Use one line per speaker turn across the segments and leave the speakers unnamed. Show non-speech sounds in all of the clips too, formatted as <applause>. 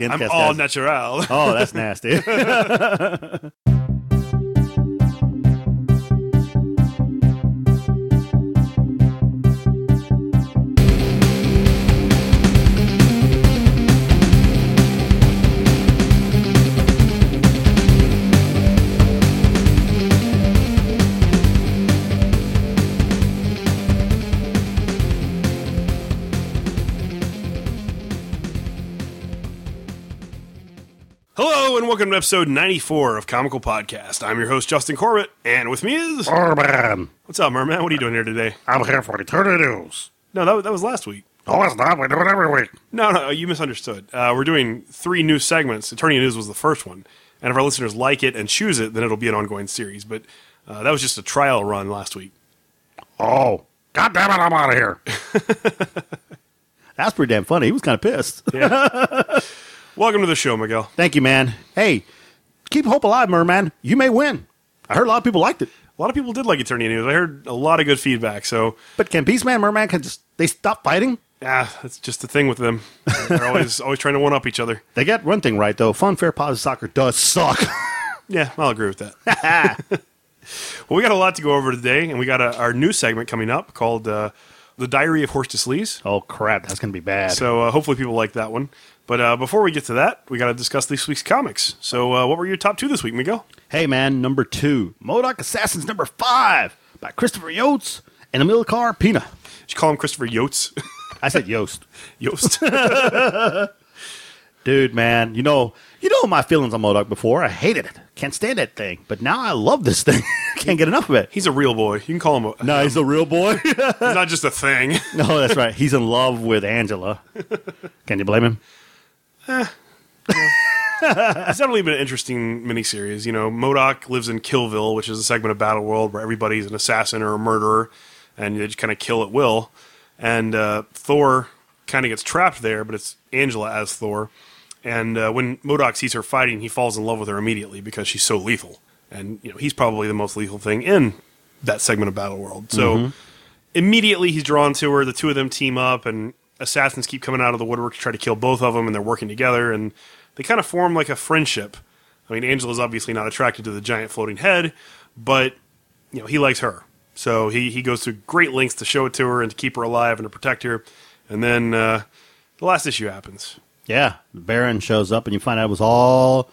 Dentcast
I'm all
guys-
natural.
<laughs>
<laughs>
Oh, that's nasty.
Hello and welcome to episode 94 of Comical Podcast. I'm your host Justin Corbett, and with me is
Orban,
what's up, Merman? What are you doing here today?
I'm here for eternity news.
No, that, that was last week.
No, it's not. We do it every week.
No, no, you misunderstood. Uh, we're doing three new segments. Attorney News was the first one, and if our listeners like it and choose it, then it'll be an ongoing series. But uh, that was just a trial run last week.
Oh, God damn it, I'm out of here.
that's pretty damn funny. He was kind of pissed.
Welcome to the show, Miguel.
Thank you, man. Hey, keep hope alive, merman. You may win. I heard a lot of people liked it.
A lot of people did like Attorney News. I heard a lot of good feedback. So
But can Beast Man, Merman, can just they stop fighting?
ah, that's just the thing with them. They're always <laughs> always trying to one up each other.
They got one thing right though. Fun, fair, positive soccer does suck. <laughs>
Yeah, I'll agree with that. <laughs> well, we got a lot to go over today, and we got a, our new segment coming up called uh, "The Diary of Horse to Sleaze."
oh crap, that's gonna be bad.
So uh, hopefully, people like that one. But uh, before we get to that, we got to discuss this week's comics. So, uh, what were your top two this week, Miguel?
hey man, number two, Modoc Assassins number five by Christopher Yost and Amilcar Pina.
Did you call him Christopher <laughs> Yost?
I said
<laughs>
Yost.
Yost.
Dude, man, you know, you know my feelings on Modoc before. I hated it. Can't stand that thing. But now I love this thing. <laughs> Can't get enough of it.
He's a real boy. You can call him. A,
No, he's a real boy.
He's not just a thing.
<laughs>
<laughs>
no, that's right. He's in love with Angela. Can you blame him?
It's definitely been an interesting miniseries. You know, Modoc lives in Killville, which is a segment of Battle World where everybody's an assassin or a murderer, and they just kind of kill at will. And uh, Thor kind of gets trapped there, but it's Angela as Thor. And uh, when Modoc sees her fighting, he falls in love with her immediately because she's so lethal. And you know, he's probably the most lethal thing in that segment of Battle World. So immediately he's drawn to her. The two of them team up, and assassins keep coming out of the woodwork to try to kill both of them, and they're working together, and they kind of form like a friendship. I mean, Angela's obviously not attracted to the giant floating head, but you know he likes her, so he he goes to great lengths to show it to her and to keep her alive and to protect her, and then uh, the last issue happens.
Yeah. The Baron shows up and you find out it was all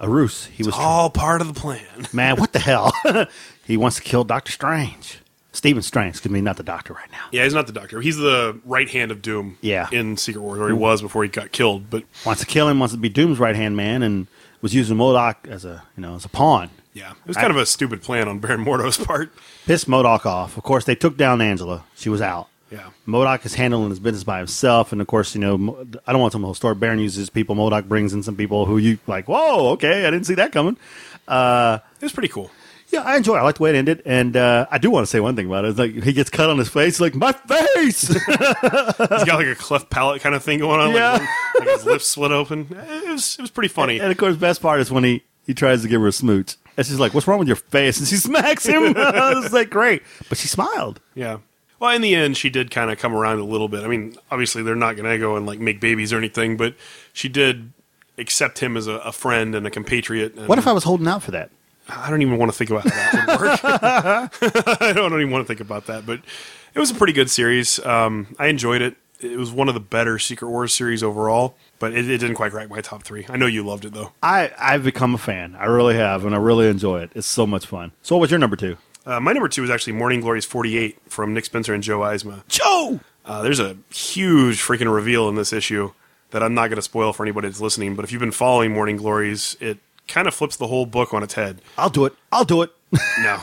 a ruse. He was
All part of the plan. <laughs>
man, what the hell? <laughs> he wants to kill Doctor Strange. Stephen Strange, excuse me, not the doctor right now.
Yeah, he's not the Doctor. He's the right hand of Doom.
Yeah.
in Secret Wars, or he was before he got killed. But
Wants to kill him, wants to be Doom's right hand man, and was using Modoc as a you know, as a pawn.
yeah, it was kind of a stupid plan on Baron Mordo's <laughs> part.
Pissed Modoc off. Of course they took down Angela. She was out.
Yeah.
Modoc is handling his business by himself, and of course, you know, Mo- I don't want to tell the whole story. Baron uses people. Modoc brings in some people who you like. Whoa, okay, I didn't see that coming. Uh,
It was pretty cool.
Yeah, I enjoy. It. I like the way it ended, and uh, I do want to say one thing about it. It's like he gets cut on his face, like my face.
He's got like a cleft palate kind of thing going on.
Yeah.
Like, one- <laughs> like his lips split open. It was, it was pretty funny.
and of course, best part is when he he tries to give her a smooch, and she's like, "What's wrong with your face?" And she smacks him. <laughs> it's like great, but she smiled.
Yeah. Well, in the end, she did kind of come around a little bit. I mean, obviously, they're not going to go and like make babies or anything, but she did accept him as a, a friend and a compatriot. And
What if I was holding out for that?
I don't even want to think about how that. would work. <laughs> I don't, I don't even want to think about that. But it was a pretty good series. Um, I enjoyed it. It was one of the better Secret Wars series overall, but it, it didn't quite crack my top three. I know you loved it though.
I I've become a fan. I really have, and I really enjoy it. It's so much fun. So, what's your number two?
Uh, my number two is actually Morning Glory's 48 from Nick Spencer and Joe Eisma.
Joe.
Uh, there's a huge freaking reveal in this issue that I'm not going to spoil for anybody that's listening, but if you've been following Morning Glories, it kind of flips the whole book on its head.
I'll do it. I'll do it.
No.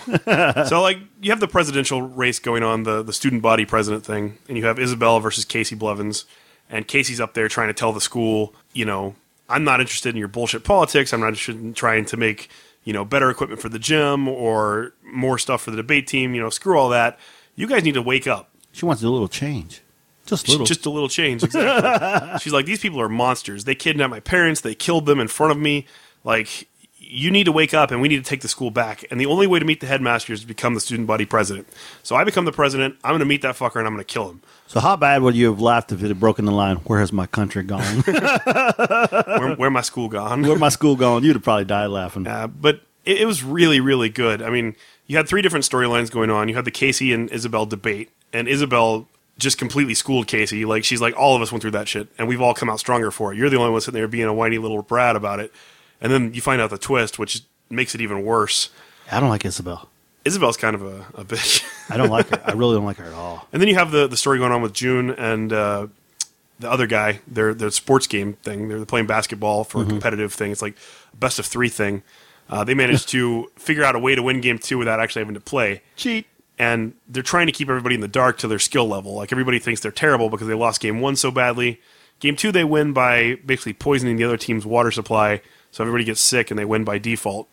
so, like, you have the presidential race going on, the, the student body president thing, and you have Isabel versus Casey Blevins, and Casey's up there trying to tell the school, you know, I'm not interested in your bullshit politics. I'm not interested in trying to make, you know, better equipment for the gym or more stuff for the debate team. You know, screw all that. You guys need to wake up.
She wants a little change. Just little.
Just a little change. Exactly. She's like, these people are monsters. They kidnapped my parents. They killed them in front of me. Like, y- you need to wake up and we need to take the school back. And the only way to meet the headmaster is to become the student body president. So I become the president. I'm going to meet that fucker and I'm going to kill him.
So how bad would you have laughed if it had broken the line? Where has my country gone?
Where, where my school gone?
Where my school gone? You'd have probably died laughing.
Uh, but it, it was really, really good. I mean, you had three different storylines going on. You had the Casey and Isabel debate, and Isabel just completely schooled Casey. Like she's like, all of us went through that shit, and we've all come out stronger for it. You're the only one sitting there being a whiny little brat about it, and then you find out the twist, which makes it even worse.
I don't like Isabel.
Isabel's kind of a, <laughs> a bitch.
I don't like her. I really don't like her at all.
And then you have the, the story going on with June and uh, the other guy. Their their sports game thing. They're playing basketball for a competitive thing. It's like a best of three thing. Uh, they managed to figure out a way to win game two without actually having to play.
Cheat.
And they're trying to keep everybody in the dark to their skill level. Like everybody thinks they're terrible because they lost game one so badly. Game two, they win by basically poisoning the other team's water supply, so everybody gets sick and they win by default.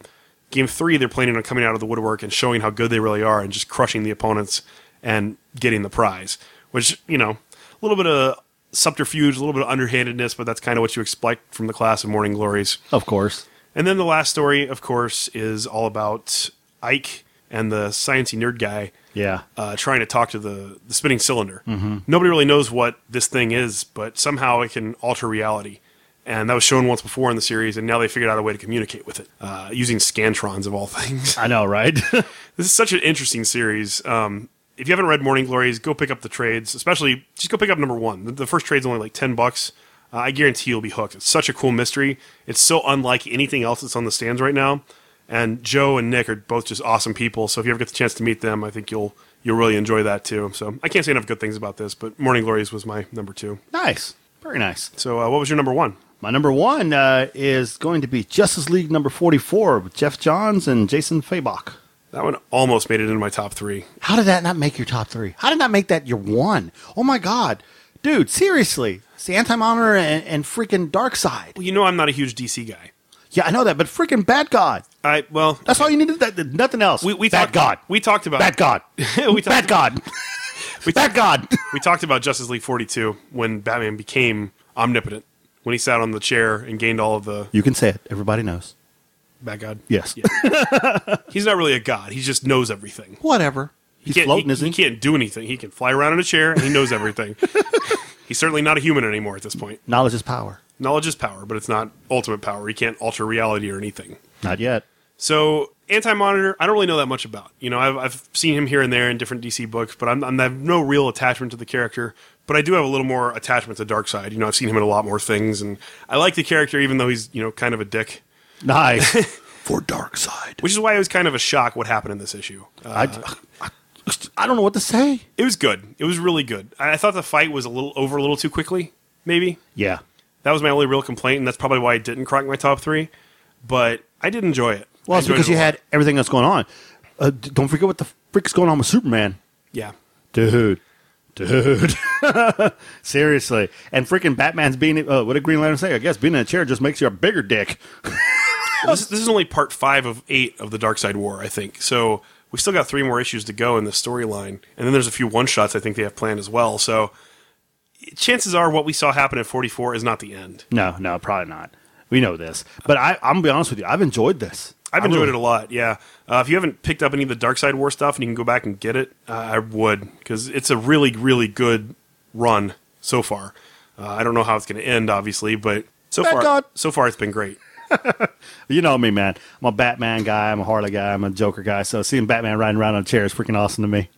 Game three, they're planning on coming out of the woodwork and showing how good they really are and just crushing the opponents and getting the prize, which, you know, a little bit of subterfuge, a little bit of underhandedness, but that's kind of what you expect from the class of Morning Glories.
Of course.
And then the last story, of course, is all about Ike and the sciency nerd guy
Yeah.
uh, trying to talk to the, the spinning cylinder. Nobody really knows what this thing is, but somehow it can alter reality. And that was shown once before in the series, and now they figured out a way to communicate with it uh, using scantrons of all <laughs> things.
I know, right? <laughs>
this is such an interesting series. Um, if you haven't read Morning Glories, go pick up the trades, especially just go pick up number one. The, the first trade's only like 10 bucks. Uh, I guarantee you'll be hooked. It's such a cool mystery. It's so unlike anything else that's on the stands right now. And Joe and Nick are both just awesome people. So if you ever get the chance to meet them, I think you'll you'll really enjoy that too. So I can't say enough good things about this, but Morning Glories was my number two.
nice. Very nice.
So uh, what was your number one?
My number one uh, is going to be Justice League number 44 with Jeff Johns and Jason Fabok.
That one almost made it into my top three.
How did that not make your top three? How did that make that your one? Oh my God. Dude, seriously. It's the anti monitor and, and freaking Dark Side.
Well, you know I'm not a huge DC guy.
Yeah, I know that, but freaking Bad God.
I well,
That's all you needed. That, that- nothing else.
we, we
Bad
talked
God.
We talked about
Bad God.
<laughs> we talked
Bad God. <laughs> Bad God.
We talked about Justice League 42 when Batman became omnipotent, when he sat on the chair and gained all of the
You can say it. Everybody knows.
bad god.
Yes.
He's not really a god. He just knows everything.
Whatever. He's
Can't-
floating,
he,
isn't he?
he can't do anything. He can fly around in a chair and he
<laughs>
knows everything. He's certainly not a human anymore at this point.
Knowledge is power.
Knowledge is power, but it's not ultimate power. He can't alter reality or anything.
Not yet.
So Anti Monitor, I don't really know that much about. You know, I've, I've seen him here and there in different DC books, but I'm, I'm I have no real attachment to the character. But I do have a little more attachment to Darkseid. You know, I've seen him in a lot more things, and I like the character even though he's you know kind of a dick. <laughs>
Nice. For Dark Side.
Which is why it was kind of a shock what happened in this issue. Uh,
I, I, I don't know what to say.
it was good. It was really good. I, I thought the fight was a little over a little too quickly. Maybe
Yeah.
that was my only real complaint, and that's probably why I didn't crack my top three. But I did enjoy it.
Well,
I
it's
enjoyed
because
it a
you
lot.
had everything that's going on. Uh, d- don't forget what the frick's going on with Superman.
yeah.
Dude. Dude. <laughs> Seriously. And freaking Batman's being, uh, what did Green Lantern say? I guess being in a chair just makes you a bigger dick.
Well, this, this is only part five of eight of the Dark Side War, I think. So we still got three more issues to go in this storyline, and then there's a few one shots I think they have planned as well. So chances are, what we saw happen at 44 is not the end.
No, no, probably not. We know this. But I, I'm going to be honest with you. I've enjoyed this.
I've enjoyed it a lot. Yeah, uh, if you haven't picked up any of the Dark Side War stuff and you can go back and get it, uh, I would because it's a really, really good run so far. Uh, I don't know how it's going to end, obviously, but so
Thank
far,
God.
so far it's been great.
You know me, man. I'm a Batman guy. I'm a Harley guy. I'm a Joker guy. So seeing Batman riding around on a chair is freaking awesome to me.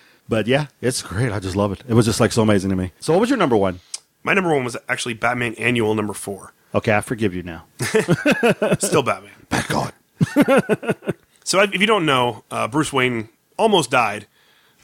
<laughs> but yeah, it's great. I just love it. It was just like so amazing to me. So what was your number one?
My number one was actually Batman Annual number four.
Okay, I forgive you now.
Still <laughs> Batman. Back on. so if if you don't know, uh, Bruce Wayne almost died.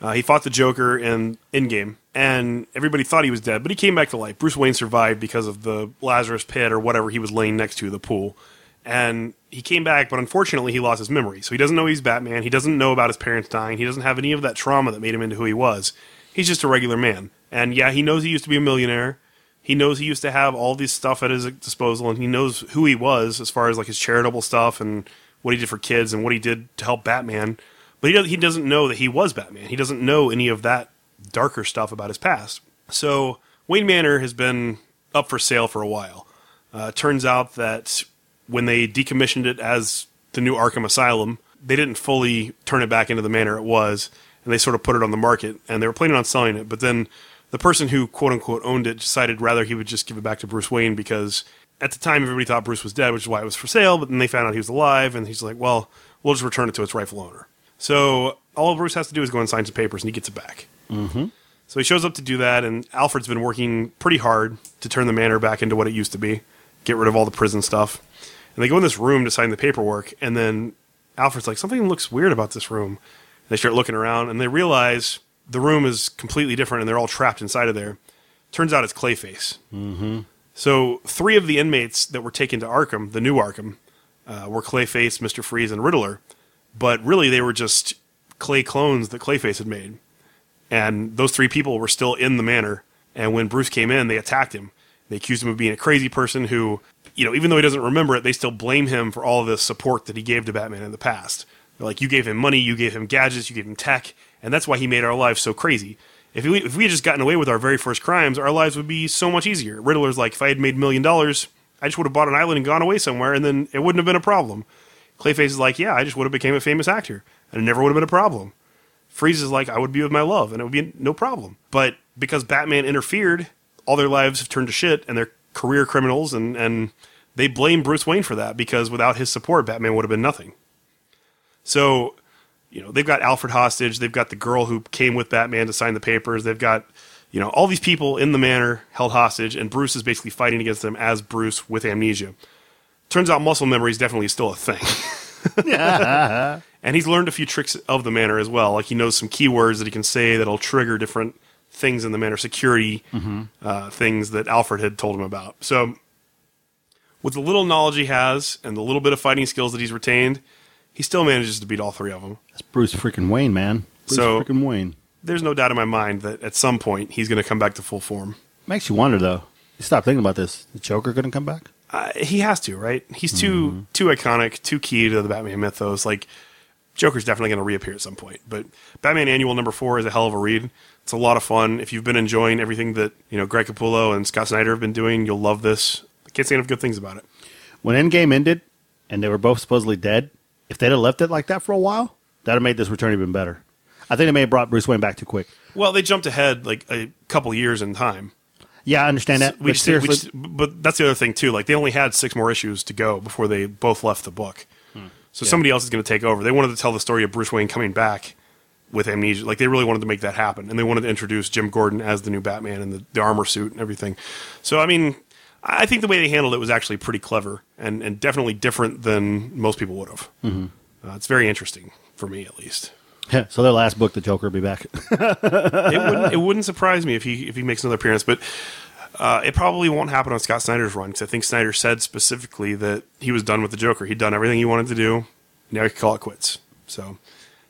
Uh, he fought the Joker in Endgame, and everybody thought he was dead, but he came back to life. Bruce Wayne survived because of the Lazarus pit or whatever he was laying next to, the pool. And he came back, but unfortunately, he lost his memory. So he doesn't know he's Batman. He doesn't know about his parents dying. He doesn't have any of that trauma that made him into who he was. He's just a regular man. And yeah, he knows he used to be a millionaire. He knows he used to have all this stuff at his disposal, and he knows who he was as far as like his charitable stuff and what he did for kids and what he did to help Batman. But he doesn't, he doesn't know that he was Batman. He doesn't know any of that darker stuff about his past. So Wayne Manor has been up for sale for a while. Uh, turns out that when they decommissioned it as the new Arkham Asylum, they didn't fully turn it back into the manner it was, and they sort of put it on the market, and they were planning on selling it. But then the person who quote unquote owned it decided rather he would just give it back to Bruce Wayne because at the time everybody thought Bruce was dead, which is why it was for sale. But then they found out he was alive, and he's like, well, we'll just return it to its rightful owner. So all Bruce has to do is go and sign some papers, and he gets it back. So he shows up to do that, and Alfred's been working pretty hard to turn the manor back into what it used to be, get rid of all the prison stuff. And they go in this room to sign the paperwork, and then Alfred's like, Something looks weird about this room. And they start looking around, and they realize the room is completely different, and they're all trapped inside of there. Turns out it's Clayface. Mm-hmm. So three of the inmates that were taken to Arkham, the new Arkham, uh, were Clayface, Mr. Freeze, and Riddler. But really, they were just clay clones that Clayface had made and those three people were still in the manor. And when Bruce came in, they attacked him. They accused him of being a crazy person who, you know, even though he doesn't remember it, they still blame him for all the support that he gave to Batman in the past. They're like, you gave him money, you gave him gadgets, you gave him tech, and that's why he made our lives so crazy. If we, if we had just gotten away with our very first crimes, our lives would be so much easier. Riddler's like, if I had made a million dollars, I just would have bought an island and gone away somewhere, and then it wouldn't have been a problem. Clayface is like, yeah, I just would have became a famous actor, and it never would have been a problem. Freeze is like, I would be with my love, and it would be no problem. But because Batman interfered, all their lives have turned to shit, and they're career criminals, and, and they blame Bruce Wayne for that because without his support, Batman would have been nothing. So, you know, they've got Alfred hostage, they've got the girl who came with Batman to sign the papers, they've got, you know, all these people in the manor held hostage, and Bruce is basically fighting against them as Bruce with amnesia. Turns out muscle memory is definitely still a thing. And he's learned a few tricks of the manor as well. Like he knows some keywords that he can say that'll trigger different things in the manor security uh, things that Alfred had told him about. So, with the little knowledge he has and the little bit of fighting skills that he's retained, he still manages to beat all three of them.
That's Bruce freaking Wayne, man. Bruce
So-
freaking Wayne.
There's no doubt in my mind that at some point he's going to come back to full form.
Makes you wonder though. You stop thinking about this. The Joker gonna come back?
uh, he has to, right? He's too too iconic, too key to the Batman mythos. Like Joker's definitely going to reappear at some point. But Batman Annual number four is a hell of a read. It's a lot of fun. If you've been enjoying everything that you know Greg Capullo and Scott Snyder have been doing, you'll love this. I can't say enough good things about it.
When Endgame ended and they were both supposedly dead, if they'd have left it like that for a while, that'd have made this return even better. I think they may have brought Bruce Wayne back too quick.
Well, they jumped ahead like a couple years in time.
Yeah, I understand that.
We
but
just- we
seriously,
just- but that's the other thing too. Like they only had six more issues to go before they both left the book. So somebody else is going to take over. They wanted to tell the story of Bruce Wayne coming back with amnesia. Like they really wanted to make that happen, and they wanted to introduce Jim Gordon as the new Batman and the, the armor suit and everything. So I mean, I think the way they handled it was actually pretty clever and and definitely different than most people would have. Uh, it's very interesting for me, at least.
Yeah, <laughs> so their last book, the Joker, will be back. <laughs>
it wouldn't it wouldn't surprise me if he if he makes another appearance, but uh, it probably won't happen on Scott Snyder's run because I think Snyder said specifically that he was done with the Joker. He'd done everything he wanted to do. Now he can call it quits. So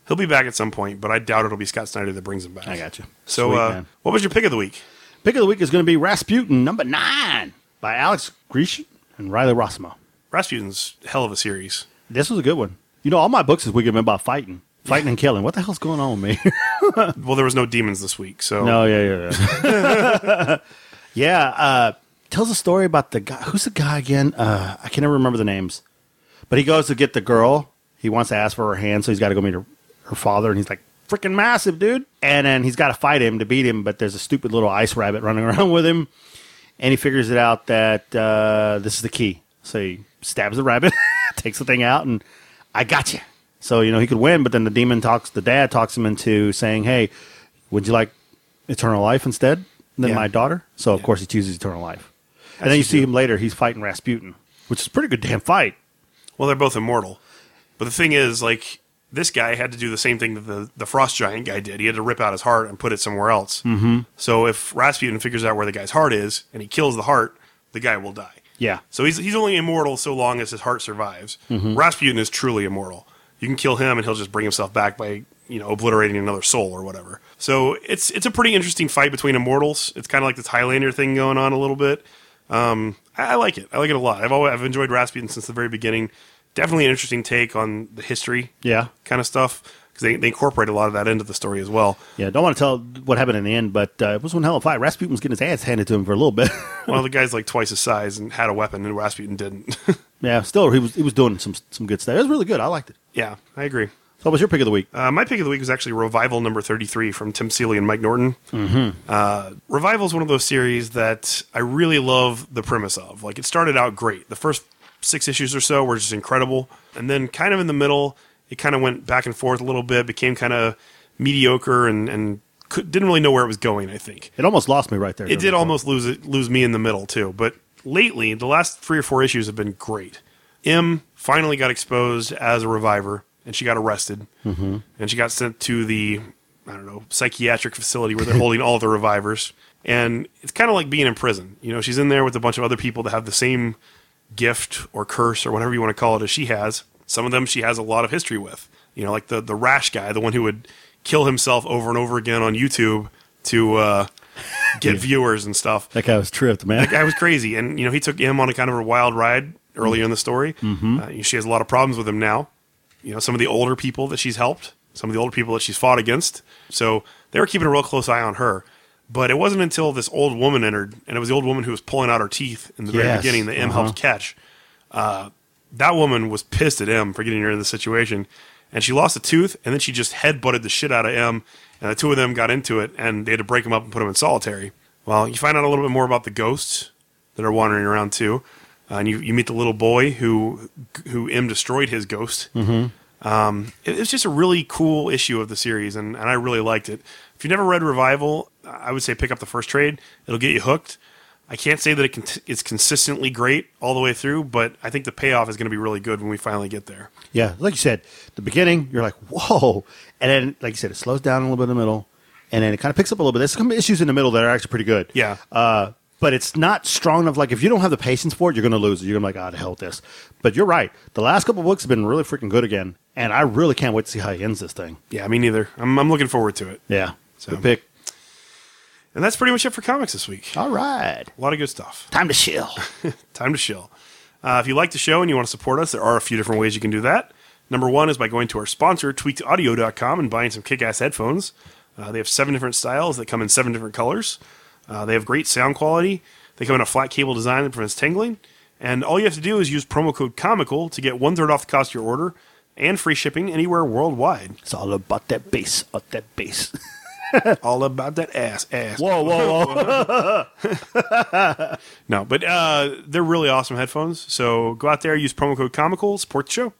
he'll be back at some point, but I doubt it'll be Scott Snyder that brings him back.
I got you.
So
Sweet,
uh,
man.
what was your pick of the week?
Pick of the week is going to be Rasputin number nine by Alex Grecian and Riley Rossmo.
Rasputin's hell of a series.
This was a good one. You know, all my books this week have been about fighting, fighting and killing. What the hell's going on with me? <laughs>
Well, there was no demons this week, so
no, yeah, yeah, yeah. <laughs> yeah, uh, tells a story about the guy. Who's the guy again? Uh, I can never remember the names. But he goes to get the girl. He wants to ask for her hand, so he's got to go meet her, her father. And he's like, freaking massive, dude. And then he's got to fight him to beat him, but there's a stupid little ice rabbit running <laughs> around with him. And he figures it out that uh, this is the key. So he stabs the rabbit, <laughs> takes the thing out, and I got you. So, you know, he could win, but then the demon talks, the dad talks him into saying, hey, would you like eternal life instead than
Yeah.
my daughter? So, of course, he chooses eternal life. and then you see him later, he's fighting Rasputin, which is a pretty good damn fight.
Well, they're both immortal. But the thing is, like, this guy had to do the same thing that the, the frost giant guy did. He had to rip out his heart and put it somewhere else. Mm-hmm. So if Rasputin figures out where the guy's heart is and he kills the heart, the guy will die.
Yeah.
So he's, he's only immortal so long as his heart survives. Rasputin is truly immortal. You can kill him and he'll just bring himself back by you know obliterating another soul or whatever. So it's it's a pretty interesting fight between immortals. It's kind of like this Highlander thing going on a little bit. Um, I, I like it. I like it a lot. I've always I've enjoyed Rasputin since the very beginning. Definitely an interesting take on the history
Yeah.
kind of stuff because they, they incorporate a lot of that into the story as well.
Yeah, don't want to tell what happened in the end, but uh, it was one hell of a fight. Rasputin was getting his ass handed to him for a little bit. <laughs>
One of the guys like twice his size and had a weapon, and Rasputin didn't. <laughs>
Yeah, still he was he was doing some some good stuff. It was really good. I liked it.
Yeah, I agree.
So what was your pick of the week?
Uh, my pick of the week was actually Revival number 33 from Tim Seeley and Mike Norton. Mm-hmm. Uh, Revival is one of those series that I really love the premise of. Like, it started out great. The first six issues or so were just incredible. And then, kind of in the middle, it kind of went back and forth a little bit, became kind of mediocre and, and could, didn't really know where it was going, I think.
It almost lost me right there.
It did almost lose it, lose me in the middle too. But lately, the last three or four issues have been great. M finally got exposed as a reviver, and she got arrested, mm-hmm. and she got sent to the I don't know psychiatric facility where they're holding all the revivers. And it's kind of like being in prison. You know, she's in there with a bunch of other people that have the same gift or curse or whatever you want to call it as she has. Some of them she has a lot of history with. You know, like the the rash guy, the one who would kill himself over and over again on YouTube to uh, get viewers and stuff.
That guy was tripped, man.
That was crazy, and you know he took him on a kind of a wild ride earlier in the story. Mm-hmm. Uh, she has a lot of problems with him now. You know, some of the older people that she's helped, some of the older people that she's fought against. So they were keeping a real close eye on her. But it wasn't until this old woman entered, and it was the old woman who was pulling out her teeth in the very
Yes.
beginning that M helped catch. Uh, that woman was pissed at M for getting her in the situation, and she lost a tooth, and then she just headbutted the shit out of M, and the two of them got into it, and they had to break him up and put him in solitary. Well, you find out a little bit more about the ghosts that are wandering around too, uh, and you, you meet the little boy who who M destroyed his ghost. Um, it, it's just a really cool issue of the series, and, and I really liked it. If you never read Revival, I would say pick up the first trade. It'll get you hooked. I can't say that it can it's consistently great all the way through, but I think the payoff is going to be really good when we finally get there.
Yeah, like you said, the beginning you're like whoa, and then like you said, it slows down a little bit in the middle, and then it kind of picks up a little bit. There's some issues in the middle that are actually pretty good.
Yeah.
uh, but it's not strong enough. Like if you don't have the patience for it, you're going to lose it. You're going to be like, ah, the hell with this. But you're right. The last couple books have been really freaking good again, and I really can't wait to see how he ends this thing.
Yeah, me neither. I'm, I'm looking forward to it.
Yeah,
So-
good pick.
And that's pretty much it for comics this week.
All right,
A lot of good stuff.
time to chill.
Time to shill. Uh, if you like the show and you want to support us, there are a few different ways you can do that. Number one is by going to our sponsor, tweakedaudio.com, and buying some kick ass headphones. Uh, they have seven different styles that come in seven different colors. Uh, they have great sound quality. They come in a flat cable design that prevents tingling. And all you have to do is use promo code COMICAL to get one third off the cost of your order and free shipping anywhere worldwide.
It's all about that bass, up that bass.
All about that ass, ass.
whoa, whoa, whoa!
No, but uh, they're really awesome headphones. So go out there, use promo code Comical, support the show.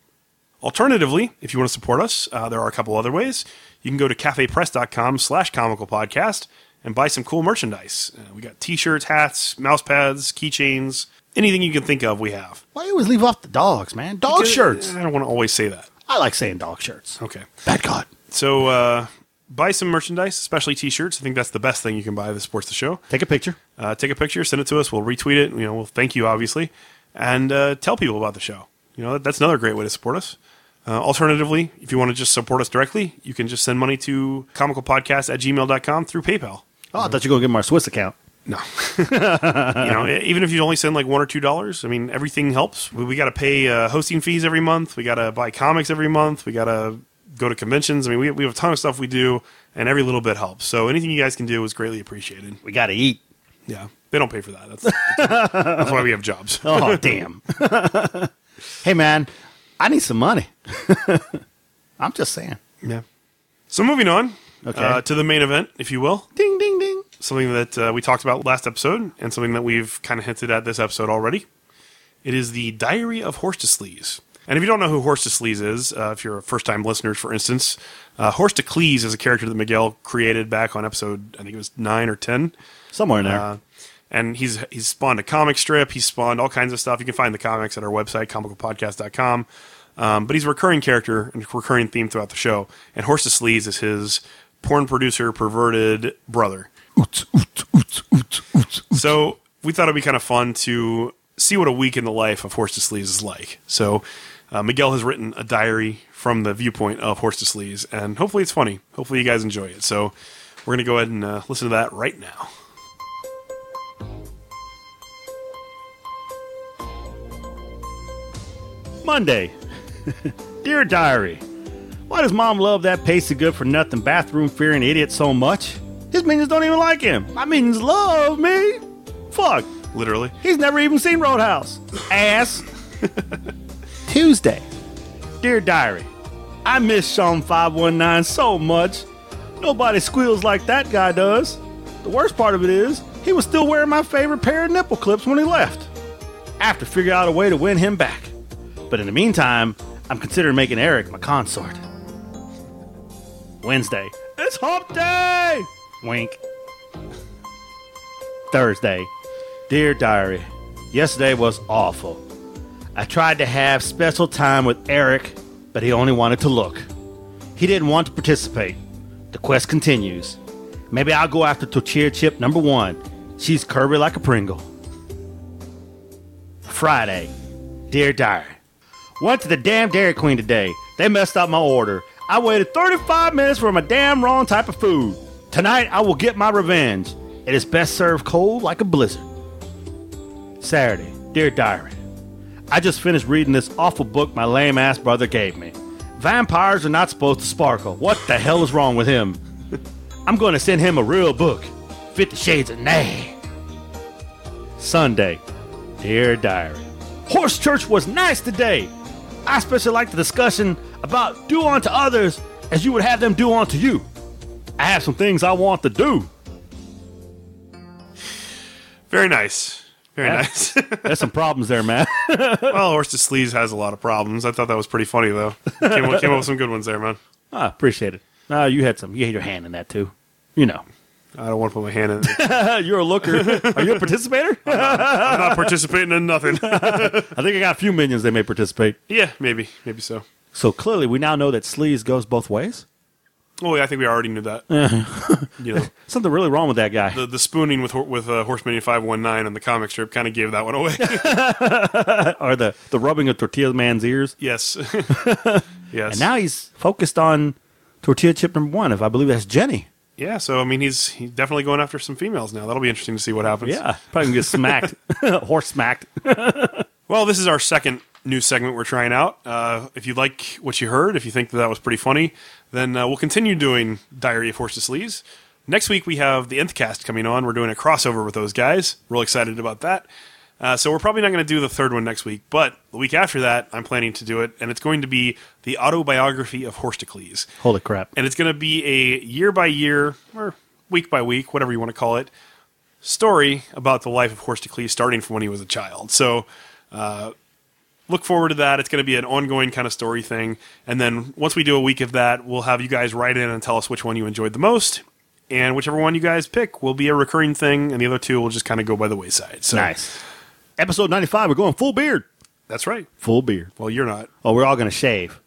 Alternatively, if you want to support us, uh, there are a couple other ways. You can go to cafepress.com slash comical podcast and buy some cool merchandise. Uh, we got t-shirts, hats, mouse pads, keychains, anything you can think of we have.
<laughs> Why you always leave off the dogs, man? Dog Oh, shirts.
I don't want to always say that.
I like saying dog shirts.
Okay.
Bad God.
So uh, buy some merchandise, especially t-shirts. I think that's the best thing you can buy that supports the show.
Take a picture.
uh, take a picture, send it to us. We'll retweet it. You know, we'll thank you obviously, and uh, tell people about the show. You know, that, that's another great way to support us. Uh, alternatively, if you want to just support us directly, you can just send money to comicalpodcast at gmail.com through PayPal.
Oh, I thought you were going to give him our Swiss account.
No, <laughs> you know, e- even if you only send like one or two dollars, I mean, everything helps. We, we got to pay uh, hosting fees every month. We got to buy comics every month. We got to go to conventions. I mean, we, we have a ton of stuff we do, and every little bit helps. So anything you guys can do is greatly appreciated.
We got to eat.
Yeah, they don't pay for that. That's, that's, why we have jobs.
<laughs> Oh, damn. hey, man, I need some money. <laughs> I'm just saying.
<laughs> Yeah. So moving on
Okay.
uh, to the main event, if you will,
Ding, ding, ding.
something that uh, we talked about last episode, and something that we've kind of hinted at this episode already. It is the Diary of Horse to Sleaze. And if you don't know who Horse to Sleaze is, uh, if you're a first time listener, for instance, uh, Horse to Cleese is a character that Miguel created back on episode, I think it was nine or 10.
Somewhere in there.
Uh, and he's he's spawned a comic strip. He's spawned all kinds of stuff. You can find the comics at our website, comicalpodcast.com. Um, but he's a recurring character and recurring theme throughout the show. And Horse to Sleaze is his porn producer, perverted brother. So we thought it'd be kind of fun to see what a week in the life of Horse to Sleaze is like. So uh, Miguel has written a diary from the viewpoint of Horse to Sleaze, and hopefully it's funny. Hopefully you guys enjoy it. So we're going to go ahead and uh, listen to that right now.
Monday. <laughs> Dear Diary, why does mom love that pasty good for nothing bathroom fearing idiot so much? His minions don't even like him. My minions love me. Fuck.
Literally.
He's never even seen Roadhouse. Ass. Tuesday. Dear Diary, I miss Sean 519 so much. Nobody squeals like that guy does. The worst part of it is, he was still wearing my favorite pair of nipple clips when he left. I have to figure out a way to win him back. But in the meantime, I'm considering making Eric my consort. Wednesday. It's hump day! Wink. Thursday. Dear Diary, yesterday was awful. I tried to have special time with Eric, but he only wanted to look. He didn't want to participate. The quest continues. Maybe I'll go after tortilla chip number one. She's curvy like a Pringle. Friday. Dear Diary. Went to the damn Dairy Queen today. They messed up my order. I waited 35 minutes for my damn wrong type of food. Tonight I will get my revenge. It is best served cold like a blizzard. Saturday. Dear Diary. I just finished reading this awful book my lame ass brother gave me. Vampires are not supposed to sparkle. What the hell is wrong with him? I'm going to send him a real book Fifty Shades of Nay. Sunday. Dear Diary. Horse Church was nice today. I especially liked the discussion about do unto others as you would have them do unto you. I have some things I want to do.
Very nice. Very
Yeah.
nice. <laughs>
There's some problems there, man.
well, Horse to Sleaze has a lot of problems. I thought that was pretty funny, though. Came, up- came up with some good ones there, man.
I appreciate it. Ah, you had some. You had your hand in that too. You know.
I don't want to put my hand in
<laughs>
it.
You're a looker. <laughs> Are you a participator? I
I'm not participating
<laughs>
in nothing.
think <laughs> I got a few minions. They may participate.
yeah, maybe. Maybe so.
So clearly, we now know that sleaze goes both ways.
Oh, yeah, I think we already knew that. <laughs> you know,
Something really wrong with that guy.
the, the spooning with Hor- with uh, Horseman 519 on the comic strip kind of gave that
<laughs>
one away.
<laughs> or the the rubbing of tortilla man's ears. <laughs>
yes. yes.
And now he's focused on tortilla chip number one. If I believe that's Jenny.
yeah, so, I mean, he's, he's definitely going after some females now. That'll be interesting to see what happens.
Yeah, probably gonna get smacked, <laughs> horse smacked.
Well, this is our second new segment we're trying out. Uh, if you like what you heard, if you think that, that was pretty funny, then uh, we'll continue doing Diary of Horses Sleaze. Next week, we have the Nth cast coming on. We're doing a crossover with those guys. Real excited about that. Uh, so we're probably not going to do the third one next week, but the week after that, I'm planning to do it, and it's going to be the autobiography of Horstocles
Holy crap!
and it's going to be a year by year or week by week, whatever you want to call it, story about the life of Horstocles starting from when he was a child. So uh, look forward to that. It's going to be an ongoing kind of story thing. And then once we do a week of that, we'll have you guys write in and tell us which one you enjoyed the most. And whichever one you guys pick will be a recurring thing, and the other two will just kind of go by the wayside. So
Nice. Episode ninety five. We're going full beard.
that's right.
Full beard.
Well, you're not.
Oh, we're all gonna shave.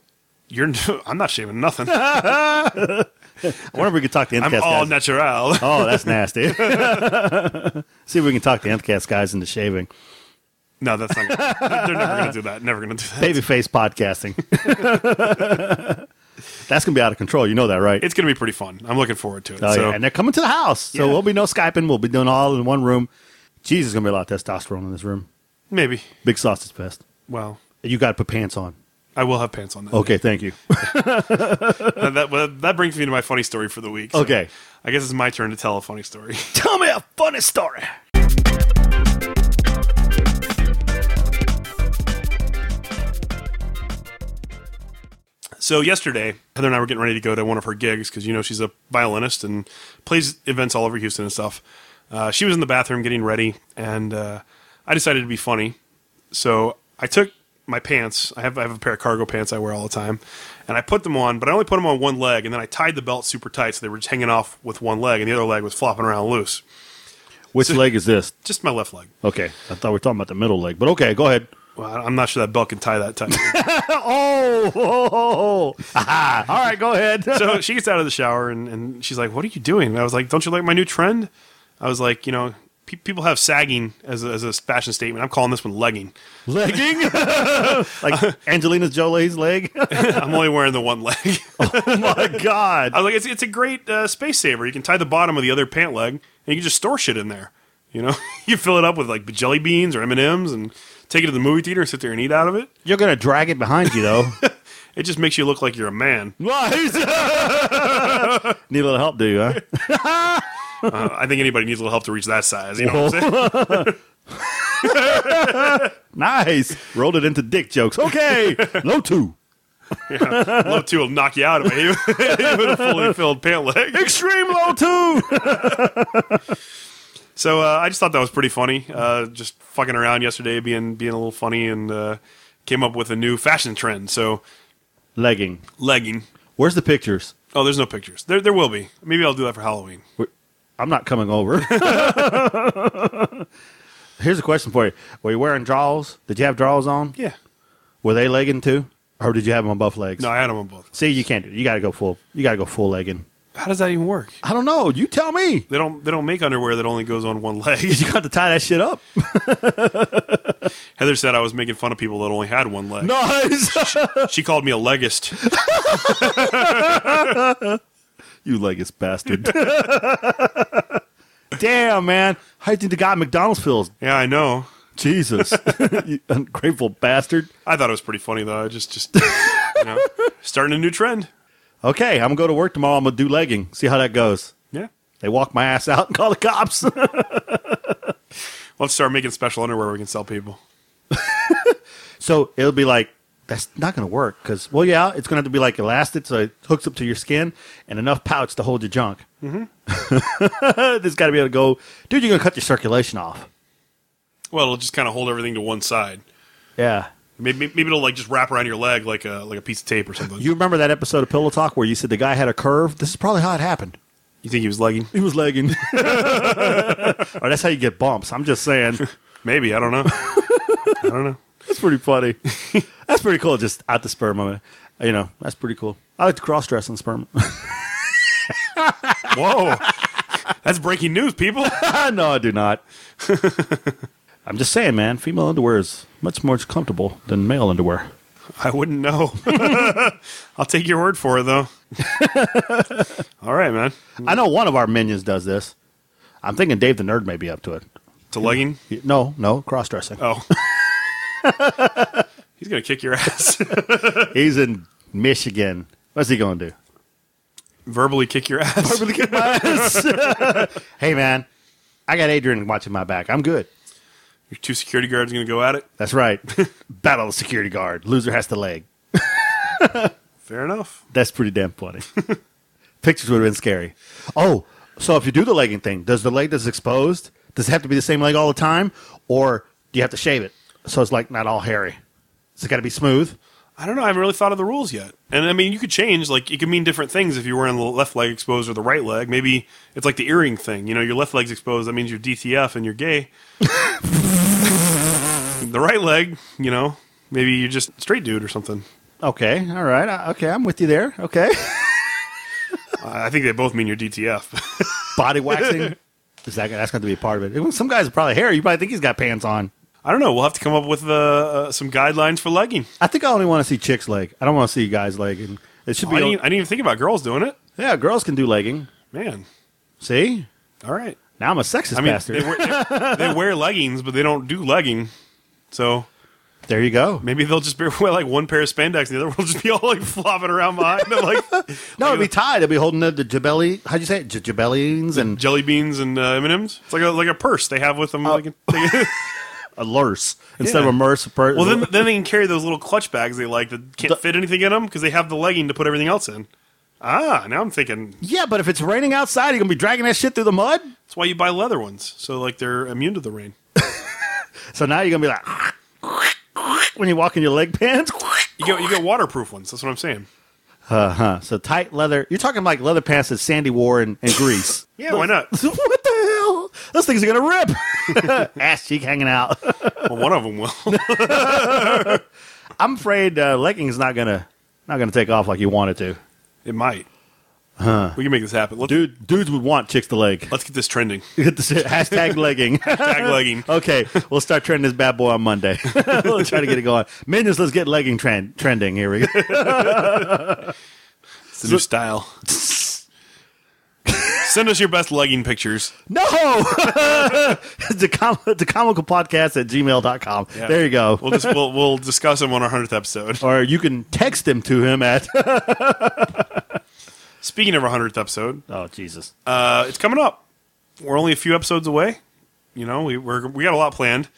You're. <laughs> I'm not shaving nothing.
I wonder if we could talk to
I'm
Endcast
all
guys.
natural. <laughs>
oh, that's nasty. <laughs> See if we can talk to Endcast guys into shaving.
No, that's not. Gonna, they're never going to do that. Never going to do that.
Babyface podcasting. <laughs> That's gonna be out of control. You know that, right?
it's going to be pretty fun. I'm looking forward to it.
Oh,
so,
yeah. And they're coming to the house. So
Yeah.
we'll be no Skyping. We'll be doing all in one room. Jesus, going to be a lot of testosterone in this room.
maybe.
Big sausage fest.
Well,
You got to put pants on.
I will have pants on that.
Okay, thank you.
that, <laughs> that, well, that brings me to my funny story for the week. so
Okay.
I guess it's my turn to tell a funny story.
<laughs>
<laughs>
Tell me a funny story.
so yesterday, Heather and I were getting ready to go to one of her gigs because you know she's a violinist and plays events all over Houston and stuff. Uh, she was in the bathroom getting ready, and uh, I decided to be funny. So I took my pants. I have I have a pair of cargo pants I wear all the time, and I put them on, but I only put them on one leg, and then I tied the belt super tight so they were just hanging off with one leg, and the other leg was flopping around loose.
Which leg is this?
Just my left leg.
Okay, I thought we were talking about the middle leg, but okay, go ahead.
Well, I- I'm not sure that belt can tie that tight. <laughs>
Oh, oh, oh, oh. Aha. <laughs> all right, go ahead. <laughs>
so she gets out of the shower and, and she's like, "What are you doing?" And I was like, "Don't you like my new trend?" I was like, "You know, pe- people have sagging as a, as a fashion statement. I'm calling this one legging.
Legging? like Angelina Jolie's leg?
<laughs>
<laughs>
I'm only wearing the one leg." I
oh my God.
was like, "It's it's a great uh, space saver. You can tie the bottom of the other pant leg and you can just store shit in there. You know, <laughs> you fill it up with like jelly beans or M and M's and take it to the movie theater and sit there and eat out of it.
You're going to drag it behind you, <laughs> though.
It just makes you look like you're a man.
<laughs> Right. Need a little help, do you, <laughs> huh?
Uh, I think anybody needs a little help to reach that size. You know what I'm saying?
<laughs> Nice. Rolled it into dick jokes. <laughs> Okay. no two.
<laughs> Low two will knock you out of it. <laughs> Even with a fully filled pant leg.
Extreme low two.
So uh, I just thought that was pretty funny. Uh, just fucking around yesterday, being being a little funny, and uh, came up with a new fashion trend. So
<laughs> Legging.
legging.
Where's the pictures?
Oh, there's no pictures. There there will be. Maybe I'll do that for Halloween.
I'm not coming <laughs> over. Here's a question for you. Were you wearing draws? Did you have draws on?
Yeah.
Were they legging too? Or did you have them on both legs?
No, I had them on both.
See, you can't do it. You got to go full. You got to go full legging.
How does that even work?
I don't know. You tell me.
They don't they don't make underwear that only goes on one leg. <laughs>
You got to tie that shit up.
Heather said I was making fun of people that only had one
<laughs>
leg.
nice.
She called me a legist.
<laughs>
<laughs>
you leggings <laughs> bastard. Damn, man. How you think the guy at McDonald's feels?
Yeah, I know.
Jesus. <laughs> you ungrateful bastard.
I thought it was pretty funny though. I just just you know, starting a new trend.
Okay, I'm going to go to work tomorrow. I'm going to do legging. See how that goes.
Yeah.
They walk my ass out and call the cops. <laughs>
Let's start making special underwear we can sell people.
So it'll be like that's not going to work because well, yeah, it's going to have to be like elastic, so it hooks up to your skin and enough pouch to hold your junk. <laughs> Mm-hmm. There's got to be able to go, dude. You're going to cut your circulation off.
Well, it'll just kind of hold everything to one side.
Yeah.
Maybe maybe it'll like just wrap around your leg like a like a piece of tape or something.
You remember that episode of Pillow Talk where you said the guy had a curve? This is probably how it happened.
you think he was legging?
He was <laughs> legging. or that's how you get bumps. I'm just saying.
Maybe I don't know. I don't know.
<laughs> That's pretty funny. <laughs> that's pretty cool. Just at the sperm moment. You know, that's pretty cool. I like to cross dress on sperm. <laughs>
Whoa, that's breaking news, people.
no, I do not. <laughs> I'm just saying, man. Female underwear is much more comfortable than male underwear.
I wouldn't know. <laughs> I'll take your word for it though. <laughs> All right, man.
I know one of our minions does this. I'm thinking Dave the Nerd may be up to it.
It's a legging.
He- No, no, cross dressing.
Oh. <laughs> He's gonna kick your ass.
He's in Michigan. What's he going to do?
Verbally kick your ass.
<laughs> hey, man, I got Adrian watching my back. I'm good.
Your two security guards gonna go at it.
That's right. <laughs> Battle the security guard. Loser has to leg.
Fair enough.
That's pretty damn funny. <laughs> Pictures would have been scary. Oh, so if you do the legging thing, does the leg that's exposed does it have to be the same leg all the time, or do you have to shave it so it's like not all hairy? It's got to be smooth.
I don't know. I haven't really thought of the rules yet. And I mean, you could change. Like, it could mean different things if you're wearing the left leg exposed or the right leg. Maybe it's like the earring thing. You know, your left leg's exposed. That means you're DTF and you're gay. the right leg, you know, maybe you're just straight dude or something.
Okay, all right, I- okay, I'm with you there. Okay,
I I think they both mean you're DTF.
body <laughs> waxing. Is that, that's going to be a part of it. Some guys are probably hairy. You probably think he's got pants on.
<laughs> I don't know. We'll have to come up with uh, uh, some guidelines for legging.
I think I only want to see chicks leg. I don't want to see guys legging. It should
I
be.
didn't, I didn't even think about girls doing it.
yeah, girls can do legging.
Man.
See,
All right.
now I'm a sexist
I mean,
bastard.
they wear, they, they wear leggings, but they don't do legging. So
there you go.
Maybe they'll just be <laughs> wear like one pair of spandex, and the other one will just be all like flopping around behind them, like <laughs>
No, it'd be
like
tied. It'd be holding the, the jabelli. How'd you say it? J- Jabellines and
jelly beans and uh, M and M's. It's like a like a purse they have with
Uh,
them. like, they-
a lurse instead of a
Yeah.
merce. Per-
<laughs> well, then then they can carry those little clutch bags they like that can't
The-
fit anything in them because they have the legging to put everything else in. Ah, now I'm thinking
yeah, but if it's raining outside, you're gonna be dragging that shit through the mud.
that's why you buy leather ones, so like they're immune to the rain.
So now you're gonna be like <laughs> when you walk in your leg pants.
You get you get waterproof ones. That's what I'm saying.
Uh, so tight leather. You're talking like leather pants that Sandy wore in, in <laughs> Greece.
Yeah, why not?
what the hell? Those things are gonna rip. <laughs> Ass cheek hanging out.
Well, one of them will. <laughs>
I'm afraid uh, leggings not gonna not gonna take off like you want it to.
it might. We can make this happen. Let's,
Dude, dudes would want chicks to leg.
let's get this trending.
<laughs> Hit the shit- hashtag legging. <laughs>
Tag legging.
Okay, we'll start trending this bad boy on Monday. <laughs> we'll try to get it going. Minions, let's get legging trend trending. Here we go. <laughs>
It's a new style. Send us your best legging pictures.
No! <laughs> the, com- the comical podcast at gmail.com.
Yeah.
There you go.
We'll just we'll, we'll discuss them on our hundredth episode.
or you can text him to him at. <laughs>
Speaking of our hundredth episode,
oh, Jesus.
uh, it's coming up. We're only a few episodes away. You know, we we're, we got a lot planned,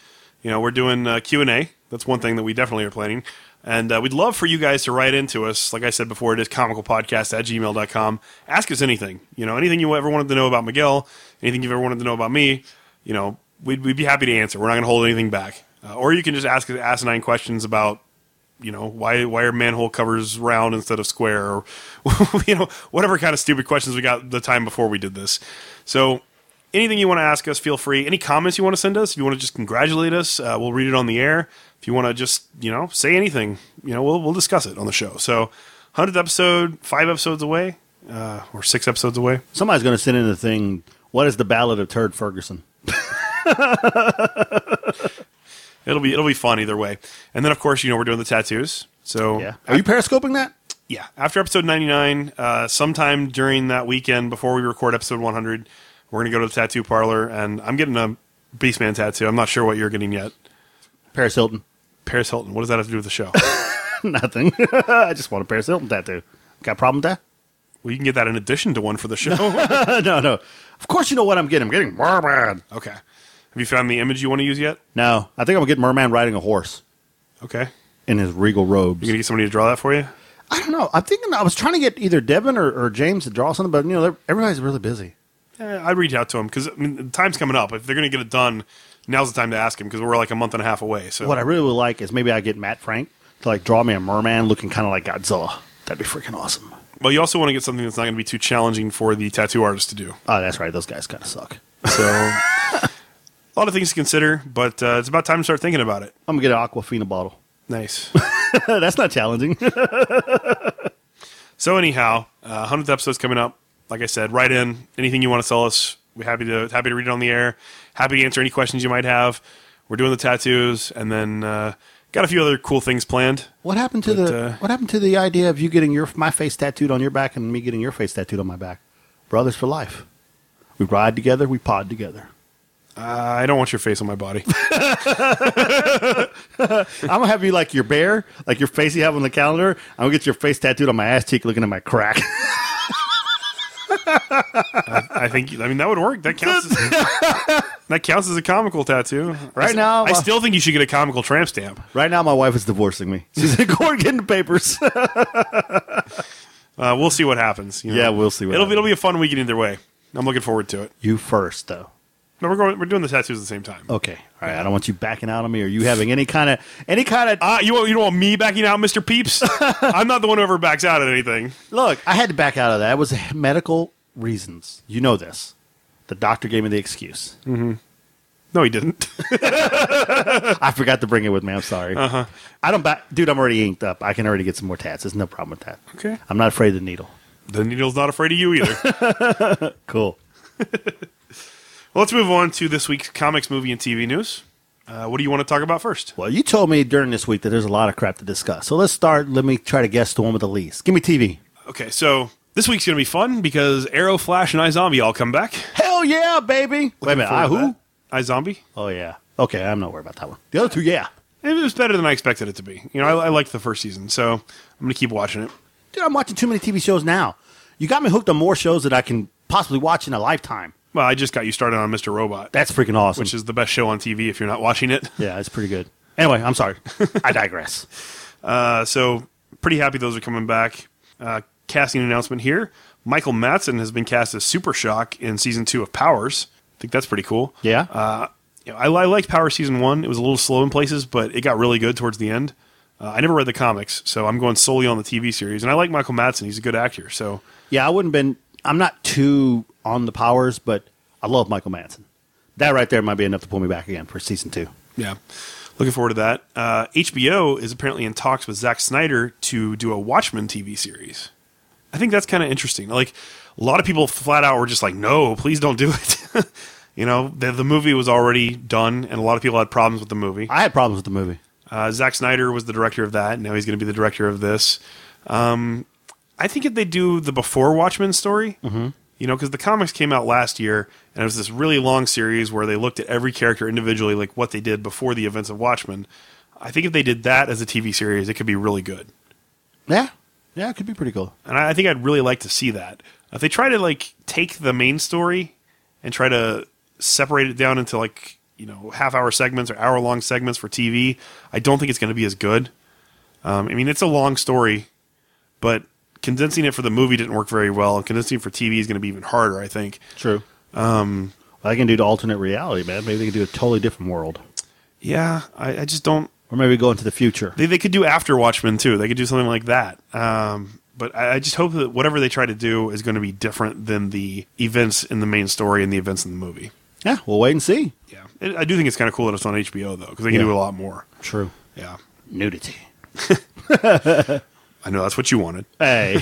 You know, we're doing uh, Q and A. That's one thing that we definitely are planning, and uh, we'd love for you guys to write into us. Like I said before, it is comicalpodcast at gmail.com. Ask us anything. You know, anything you ever wanted to know about Miguel, anything you've ever wanted to know about me. You know, we'd, we'd be happy to answer. We're not going to hold anything back. Uh, or you can just ask us asinine questions about you know why why are manhole covers round instead of square or <laughs> you know whatever kind of stupid questions we got the time before we did this so anything you want to ask us feel free any comments you want to send us if you want to just congratulate us uh, we'll read it on the air if you want to just you know say anything you know we'll, we'll discuss it on the show so 100th episode five episodes away uh, or six episodes away
Somebody's going to send in a thing. What is the Ballad of Turd Ferguson?
it'll be it'll be fun either way and then of course you know we're doing the tattoos so
Yeah. Are you periscoping that?
yeah after episode 99 uh, sometime during that weekend before we record episode 100 we're going to go to the tattoo parlor and i'm getting a beastman tattoo i'm not sure what you're getting yet
Paris Hilton.
paris hilton what does that have to do with
<laughs>
the show
Nothing. <laughs> I just want a Paris Hilton tattoo. Got a problem with
well you can get that in addition
<laughs>
to one for the show
that? no, no. Of course you know what I'm getting. I'm getting.
Merman.
okay have you found the image you want to use yet
No, I think I'm getting Merman riding a horse
okay
in his regal robes.
you gonna get somebody to draw that for you
I don't know. I'm thinking I was trying to get either Devin or, or James to draw something, but you know they're- everybody's really busy.
Eh, i'd reach out to him because I mean, the time's coming up if they're gonna get it done now's the time to ask him because we're like a month and a half away so
What I really would like is maybe I get Matt Frank to like draw me a merman looking kind of like Godzilla. That'd be freaking awesome.
well you also want to get something that's not gonna be too challenging for the tattoo artist to do
Oh, that's right. Those guys kind of suck.
So a lot of things to consider, but uh, it's about time to start thinking about it.
I'm gonna get an Aquafina bottle. <laughs>
Nice.
that's not challenging.
<laughs>
<laughs>
so anyhow, uh, 100th episode's coming up. Like I said, write in anything you want to tell us. We're happy to happy to read it on the air. Happy to answer any questions you might have. We're doing the tattoos, and then uh, got a few other cool things planned.
what happened to the
uh,
What happened to the idea of you getting your my face tattooed on your back and me getting your face tattooed on my back? Brothers for life. We ride together. We pod
<laughs>
together.
I don't want your face on my <laughs> body.
I'm gonna have you like your bear, like your face you have on the calendar. I'm gonna get your face tattooed on my ass cheek, looking at my crack. <laughs>
I think I mean that would work. That counts. <laughs> As, that counts as a comical tattoo.
Right now,
I
uh,
still think you should get a comical tramp stamp.
Right now, my wife is divorcing
<laughs>
me. She's like, "Go and get the papers."
Uh, we'll see what happens. you
<laughs>
know.
Yeah, we'll see what
it'll
happens.
be, it'll be a fun weekend either way. I'm looking forward to it.
you first, though.
No, we're going. We're doing the tattoos at the same time.
Okay. All right. I don't want you backing out on me or you having any kind of any kind of.
Uh, you want, you don't want me backing out, Mister <laughs> Peeps? I'm not the one who ever backs out at anything.
Look, I had to back out of that. It was medical reasons. You know this. The doctor gave me the excuse.
No, he didn't.
I forgot to bring it with me. I'm sorry. Uh-huh. I don't back, dude. I'm already inked up. I can already get some more tats. There's no problem with that.
<laughs> Okay.
I'm not afraid of the needle.
the needle's not afraid of you either. <laughs> well,
Cool.
let's move on to this week's comics, movie, and TV news. Uh, what do you want to talk about first?
Well, you told me during this week that there's a lot of crap to discuss. So let's start. Let me try to guess the one with the least. Give me TV.
Okay, so this week's gonna be fun because Arrow, Flash, and iZombie all come back.
Hell yeah, baby. Wait a minute. I who?
iZombie.
Oh yeah. Okay, I'm not worried about that one. The other two, yeah.
It was better than I expected it to be. You know, I, I liked the first season, so I'm gonna keep watching it.
Dude, I'm watching too many TV shows now. You got me hooked on more shows that I can possibly watch in a lifetime.
Well, I just got you started on Mr. Robot,
That's freaking awesome.
which is the best show on TV if you're not watching it.
yeah, it's pretty good. Anyway, I'm
<laughs>
sorry. I digress.
Uh, so pretty happy those are coming back. Uh, casting announcement here: Michael Madsen has been cast as Super Shock in season two of Powers. I think that's pretty cool.
Yeah.
Uh, you know, I, I liked Power season one. It was a little slow in places, but it got really good towards the end. Uh, I never read the comics, so I'm going solely on the TV series. And I like Michael Madsen; he's a good actor. So
yeah, I wouldn't been. I'm not too on the powers, but I love Michael Manson. That right there might be enough to pull me back again for season two.
yeah, looking forward to that. Uh, HBO is apparently in talks with Zack Snyder to do a Watchmen TV series. I think that's kind of interesting. Like a lot of people flat out were just like, "No, please don't do it." <laughs> you know, the, the movie was already done, and a lot of people had problems with the movie.
I had problems with the movie.
Uh, Zack Snyder was the director of that. and Now he's going to be the director of this. Um, I think if they do the before Watchmen story, you know, because the comics came out last year, and it was this really long series where they looked at every character individually, like what they did before the events of Watchmen. I think if they did that as a TV series, it could be really good
Yeah, yeah, it could be pretty cool.
and I, I think I'd really like to see that. If they try to like take the main story and try to separate it down into like you know half hour segments or hour long segments for TV, I don't think it's going to be as good. Um, I mean, it's a long story, but condensing it for the movie didn't work very well, and condensing it for TV is going to be even harder. I think.
True. Um, well, they can do the alternate reality, man. Maybe they can do a totally different world,
Yeah, I, I just don't.
or maybe go into the future.
They, they could do after Watchmen too. They could do something like that. Um, but I, I just hope that whatever they try to do is going to be different than the events in the main story and the events in the movie.
Yeah, we'll wait and see.
Yeah, I I do think it's kind of cool that it's on HBO though, because they can
Yeah.
do a lot more.
True.
Yeah,
Nudity.
I know that's what you wanted.
<laughs> Hey.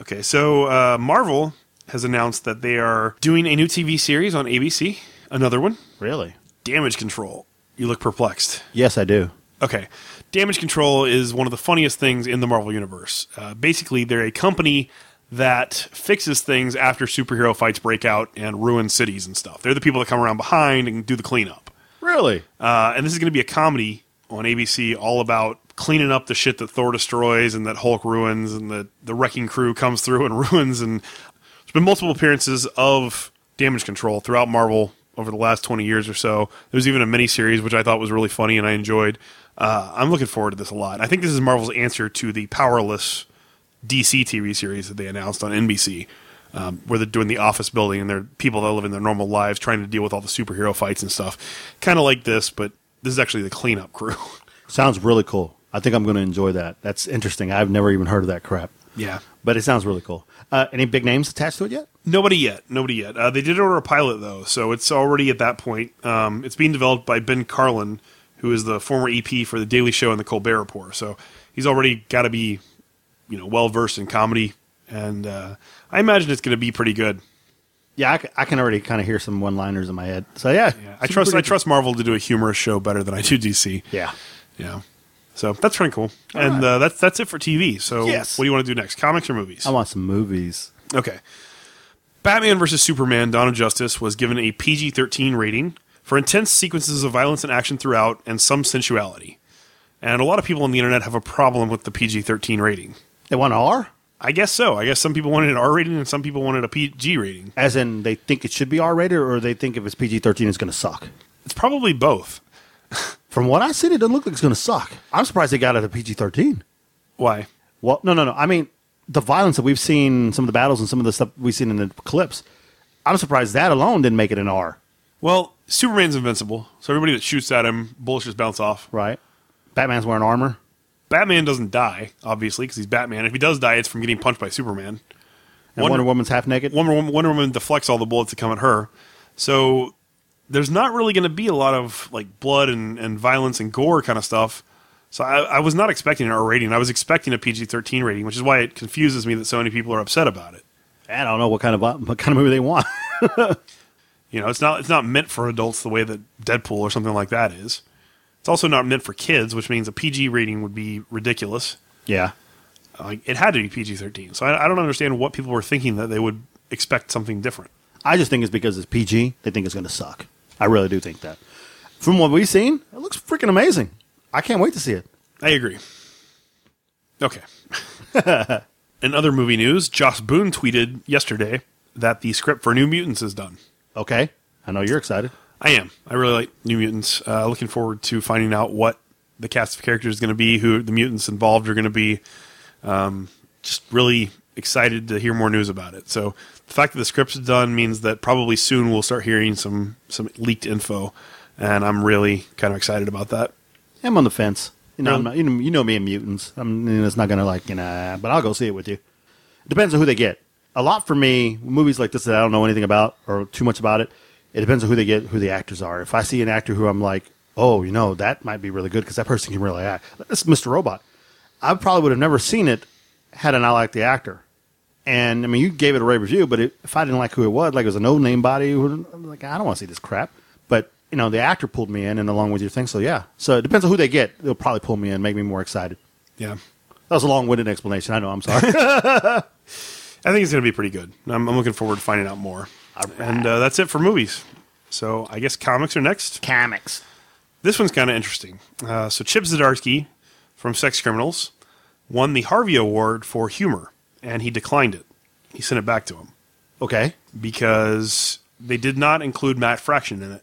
Okay, so uh, Marvel has announced that they are doing a new TV series on ABC. Another one,
really?
Damage Control. You look perplexed.
Yes, I do.
Okay. Damage Control is one of the funniest things in the Marvel Universe. Uh, basically, they're a company that fixes things after superhero fights break out and ruin cities and stuff. They're the people that come around behind and do the cleanup.
Really?
Uh, and this is going to be a comedy on ABC all about cleaning up the shit that Thor destroys and that Hulk ruins and that the wrecking crew comes through and <laughs> ruins. And there's been multiple appearances of damage control throughout Marvel over the last 20 years or so. There was even a miniseries, which I thought was really funny and I enjoyed. Uh, I'm looking forward to this a lot. I think this is Marvel's answer to the powerless DC TV series that they announced on NBC, um, where they're doing the office building and they're people that live in their normal lives trying to deal with all the superhero fights and stuff. Kind of like this, but this is actually the cleanup crew. <laughs>
Sounds really cool. I think I'm going to enjoy that. That's interesting. I've never even heard of that crap,
yeah.
but it sounds really cool. Uh, any big names attached to it yet?
Nobody yet. Nobody yet. Uh, they did order a pilot, though, so it's already at that point. Um, it's being developed by Ben Carlin, who is the former EP for The Daily Show and The Colbert Report. So he's already got to be, you know, well versed in comedy, and uh, I imagine it's going to be pretty good.
Yeah, I, c- I can already kind of hear some one-liners in my head. So yeah,
Yeah, I trust.
Super
I trust Marvel to do a humorous show better than I do DC.
Yeah.
Yeah. So that's pretty cool. and uh, that's that's it for TV. So
Yes.
what do you want to do next? Comics or movies?
I want some movies.
Okay. Batman vs. Superman Dawn of Justice was given a PG 13 rating for intense sequences of violence and action throughout and some sensuality. And a lot of people on the internet have a problem with the PG 13 rating.
They want R,
I guess so. I guess some people wanted an R rating and some people wanted a PG rating.
as in they think it should be R-rated, or they think if it's PG-13, it's going to suck.
It's probably both.
From what I see, it doesn't look like it's going to suck. I'm surprised they got it at PG-13.
Why?
Well, no, no, no. I mean, the violence that we've seen, some of the battles, and some of the stuff we've seen in the clips. I'm surprised that alone didn't make it an R,
Well, Superman's invincible, so everybody that shoots at him, bullets just bounce off.
right? Batman's wearing armor.
Batman doesn't die, obviously, because he's Batman. If he does die, it's from getting punched by Superman.
And
Wonder-
Wonder Woman's half naked.
Wonder Woman, Wonder Woman deflects all the bullets that come at her. So there's not really going to be a lot of like blood and, and violence and gore kind of stuff. So I, I was not expecting an R rating. I was expecting a PG-13 rating, which is why it confuses me that so many people are upset about it.
I don't know what kind of what kind of movie they want. <laughs>
You know, it's not it's not meant for adults the way that Deadpool or something like that is. It's also not meant for kids, which means a PG rating would be ridiculous.
yeah,
Like it had to be PG-13. So I, I don't understand what people were thinking that they would expect something different.
I just think it's because it's PG. They think it's going to suck. I really do think that. From what we've seen, it looks freaking amazing. I can't wait to see it.
I agree. Okay. <laughs> In other movie news, Joss Boone tweeted yesterday that the script for New Mutants is done.
Okay, I know you're excited.
I am. I really like New Mutants. Uh, looking forward to finding out what the cast of characters is going to be, who the mutants involved are going to be. Um, just really excited to hear more news about it. So the fact that the script's done means that probably soon we'll start hearing some some leaked info, and I'm really kind of excited about that.
I'm on the fence. You know,
Really?
I'm not, you know, you know me and mutants. I'm you know, it's not going to like you know, but I'll go see it with you. Depends on who they get. A lot for me, movies like this that I don't know anything about or too much about it. It depends on who they get, who the actors are. If I see an actor who I'm like, oh, you know, that might be really good because that person can really act. This is Mr. Robot. I probably would have never seen it had I not liked the actor. And I mean, you gave it a rave review, but it, if I didn't like who it was, like it was a no name body, who- I'm like I don't want to see this crap. But you know, the actor pulled me in, and along with your thing, so yeah. So it depends on who they get. They'll probably pull me in, make me more excited.
Yeah.
That was a long winded explanation. I know. I'm sorry. <laughs>
I think it's going to be pretty good. I'm, I'm looking forward to finding out more. And uh, that's it for movies. So I guess comics are next.
Comics.
This one's kind of interesting. Uh, so Chip Zdarsky from Sex Criminals won the Harvey Award for humor, and he declined it. He sent it back to him
Okay.
because they did not include Matt Fraction in it.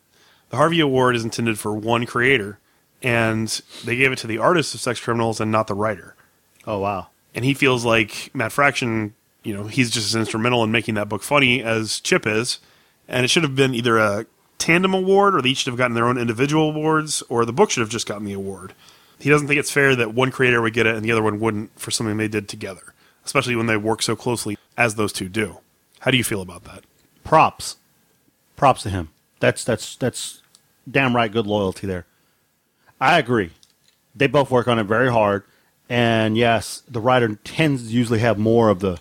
The Harvey Award is intended for one creator, and they gave it to the artist of Sex Criminals and not the writer.
Oh wow.
And he feels like Matt Fraction, you know, he's just as instrumental in making that book funny as Chip is. And it should have been either a tandem award, or they each should have gotten their own individual awards, or the book should have just gotten the award. He doesn't think it's fair that one creator would get it and the other one wouldn't for something they did together, especially when they work so closely as those two do. How do you feel about that?
Props. Props to him. That's that's that's damn right good loyalty there. I agree. They both work on it very hard. And yes, the writer tends to usually have more of the,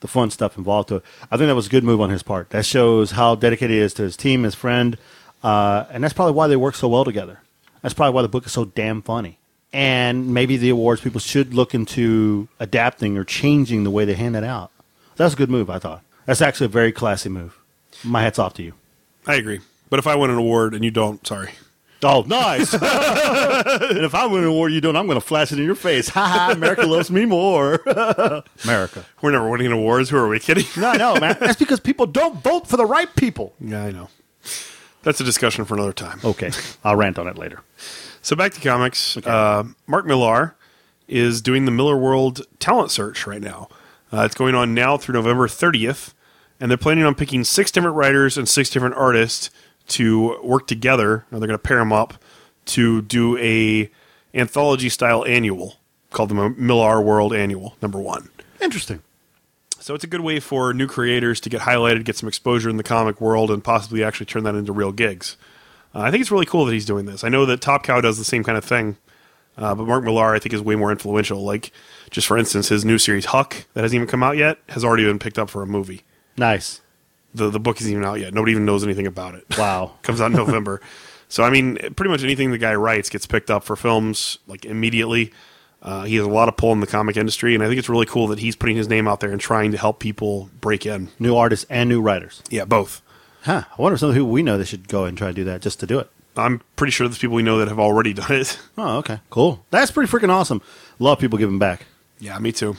the fun stuff involved to it. I think that was a good move on his part. That shows how dedicated he is to his team, his friend. Uh, and that's probably why they work so well together. That's probably why the book is so damn funny. And maybe the awards people should look into adapting or changing the way they hand it out. That's a good move, I thought. That's actually a very classy move. My hat's off to you.
I agree. But if I win an award and you don't, sorry.
Oh, nice. and if I win an award, you don't, I'm going to flash it in your face. Ha ha, America loves me more. <laughs> America.
We're never winning awards. Who are we kidding?
No, no, man. That's because people don't vote for the right people.
yeah, I know. That's a discussion for another time.
Okay. I'll rant on it later.
So back to comics. Uh, Mark Millar is doing the Miller World talent search right now. Uh, it's going on now through November 30th, and they're planning on picking six different writers and six different artists to work together. Now they're going to pair them up to do a anthology style annual called the Mo- Millar World Annual Number One.
Interesting.
So it's a good way for new creators to get highlighted, get some exposure in the comic world, and possibly actually turn that into real gigs. Uh, I think it's really cool that he's doing this. I know that Top Cow does the same kind of thing, uh, but Mark Millar I think is way more influential. Like, just for instance, his new series Huck that hasn't even come out yet has already been picked up for a movie.
Nice.
The the book isn't even out yet. Nobody even knows anything about it. <laughs>
Wow.
comes out in <laughs> November. so I mean, pretty much anything the guy writes gets picked up for films like immediately. Uh, he has a lot of pull in the comic industry, and I think it's really cool that he's putting his name out there and trying to help people break in.
New artists and new writers.
Yeah, both.
Huh. I wonder if some of who we know that should go and try to do that just to do it.
I'm pretty sure there's people we know that have already done it.
Oh, okay. Cool. That's pretty freaking awesome. Love people giving back.
<laughs> Yeah, me too.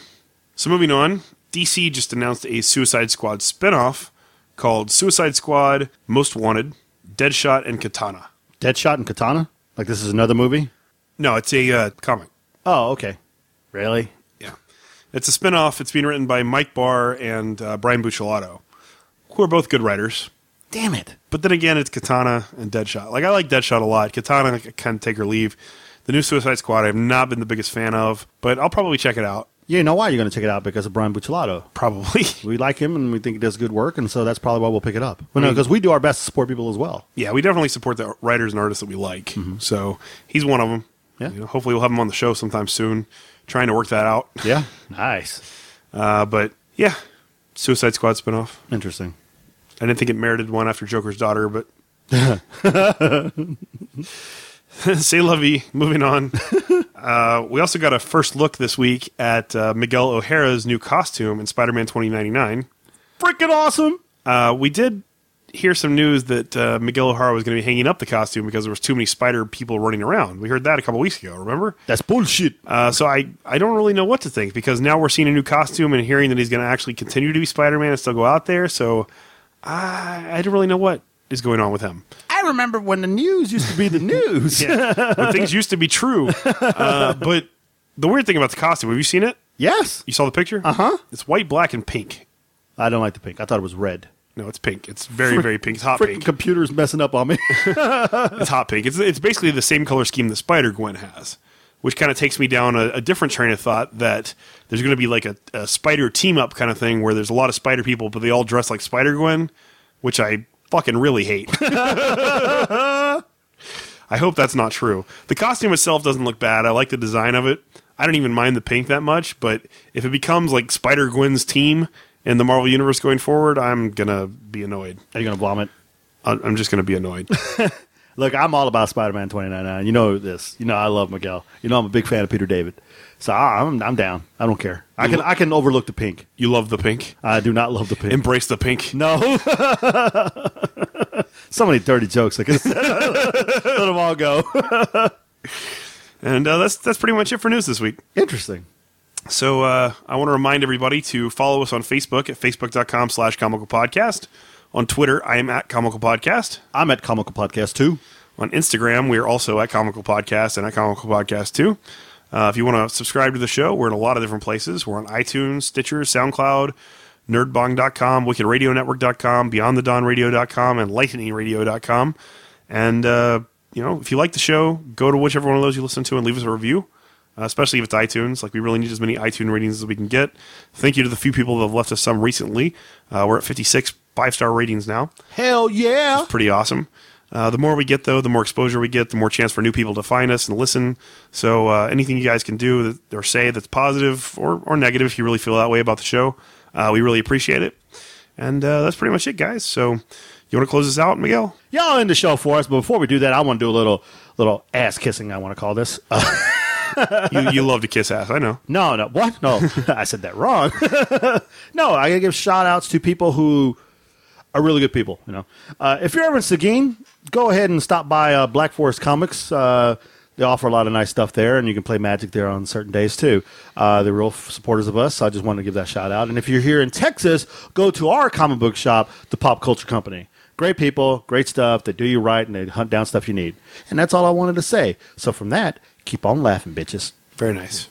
So moving on, DC just announced a Suicide Squad spinoff called Suicide Squad Most Wanted, Deadshot and Katana.
Deadshot and Katana? Like this is another movie?
No, it's a uh, comic.
Oh, okay. Really?
Yeah. It's a spinoff. It's being written by Mike Barr and uh, Brian Bucciolato, who are both good writers.
Damn it.
But then again, it's Katana and Deadshot. Like, I like Deadshot a lot. Katana, I kind of take or leave. The new Suicide Squad, I've not been the biggest fan of, but I'll probably check it out. <laughs>
You know why you're going to check it out because of Brian Bucciolato.
Probably.
we like him and we think he does good work, and so that's probably why we'll pick it up. Well, no, because we do our best to support people as well.
yeah, we definitely support the writers and artists that we like. So he's one of them.
Yeah.
You know, hopefully, we'll have him on the show sometime soon, trying to work that out.
Yeah, nice,
Uh, but yeah, Suicide Squad spinoff.
interesting.
I didn't think it merited one after Joker's daughter, but <laughs> say lovey. Moving on, uh, we also got a first look this week at uh, Miguel O'Hara's new costume in Spider-Man 2099.
Freaking awesome!
Uh, we did hear some news that uh, Miguel O'Hara was going to be hanging up the costume because there was too many spider people running around. We heard that a couple weeks ago. Remember?
That's bullshit.
Uh, so I, I don't really know what to think because now we're seeing a new costume and hearing that he's going to actually continue to be Spider Man and still go out there. So I, I don't really know what is going on with him.
I remember when the news used to be the <laughs> news.
<laughs> When things used to be true. Uh, but the weird thing about the costume, have you seen it?
Yes,
You saw the picture? Uh
huh?
It's white, black, and pink.
I don't like the pink. I thought it was red.
No, it's pink. It's very, very pink. It's hot
Freaking
pink.
computer's messing up on <laughs> me.
It's hot pink. It's, it's basically the same color scheme that Spider Gwen has, which kind of takes me down a, a different train of thought that there's going to be like a, a spider team up kind of thing where there's a lot of spider people, but they all dress like Spider Gwen, which I fucking really hate. <laughs> I hope that's not true. The costume itself doesn't look bad. I like the design of it. I don't even mind the pink that much, but if it becomes like Spider Gwen's team in the Marvel Universe going forward, I'm going to be annoyed.
Are you gonna vomit?
I- I'm just going to be annoyed.
Look, I'm all about Spider-Man 2099. You know this. You know I love Miguel. You know I'm a big fan of Peter David. So I- I'm I'm down. I don't care. I can I can overlook the pink.
you love the pink?
I do not love the pink.
Embrace the pink.
No. <laughs> so many dirty jokes. I could <laughs> let them all go. <laughs>
And uh, that's that's pretty much it for news this week.
Interesting.
So uh, I want to remind everybody to follow us on Facebook at facebook.com slash comical podcast On Twitter, I am at Comical Podcast.
I'm at Comical Podcast too.
On Instagram, we are also at Comical Podcast and at Comical Podcast too. Uh, if you want to subscribe to the show, we're in a lot of different places. We're on iTunes, Stitcher, SoundCloud, nerdbong.com, wickedradionetwork.com, beyondthedonradio.com, and lightningradio.com. And, uh, you know, if you like the show, go to whichever one of those you listen to and leave us a review, uh, especially if it's iTunes. Like, we really need as many iTunes ratings as we can get. Thank you to the few people that have left us some recently. Uh, we're at 56 five star ratings now
Hell yeah!
pretty awesome. Uh, the more we get, though, the more exposure we get, the more chance for new people to find us and listen. So, uh, anything you guys can do that, or say that's positive or, or negative, if you really feel that way about the show, uh, we really appreciate it. And uh, that's pretty much it, guys. So, you want to close this out, Miguel?
Y'all end the show for us, but before we do that, I want to do a little little ass kissing. I want to call this. Uh,
You, you love to kiss ass, I know.
no, no, what? No, I said that wrong. <laughs> no, I gotta give shout outs to people who are really good people. You know, uh, if you're ever in Seguin, go ahead and stop by uh, Black Forest Comics. Uh, they offer a lot of nice stuff there, and you can play Magic there on certain days too. Uh, they're real f- supporters of us, so I just wanted to give that shout out. And if you're here in Texas, go to our comic book shop, the Pop Culture Company. Great people, great stuff. They do you right, and they hunt down stuff you need. And that's all I wanted to say. So from that, keep on laughing, bitches.
Very nice.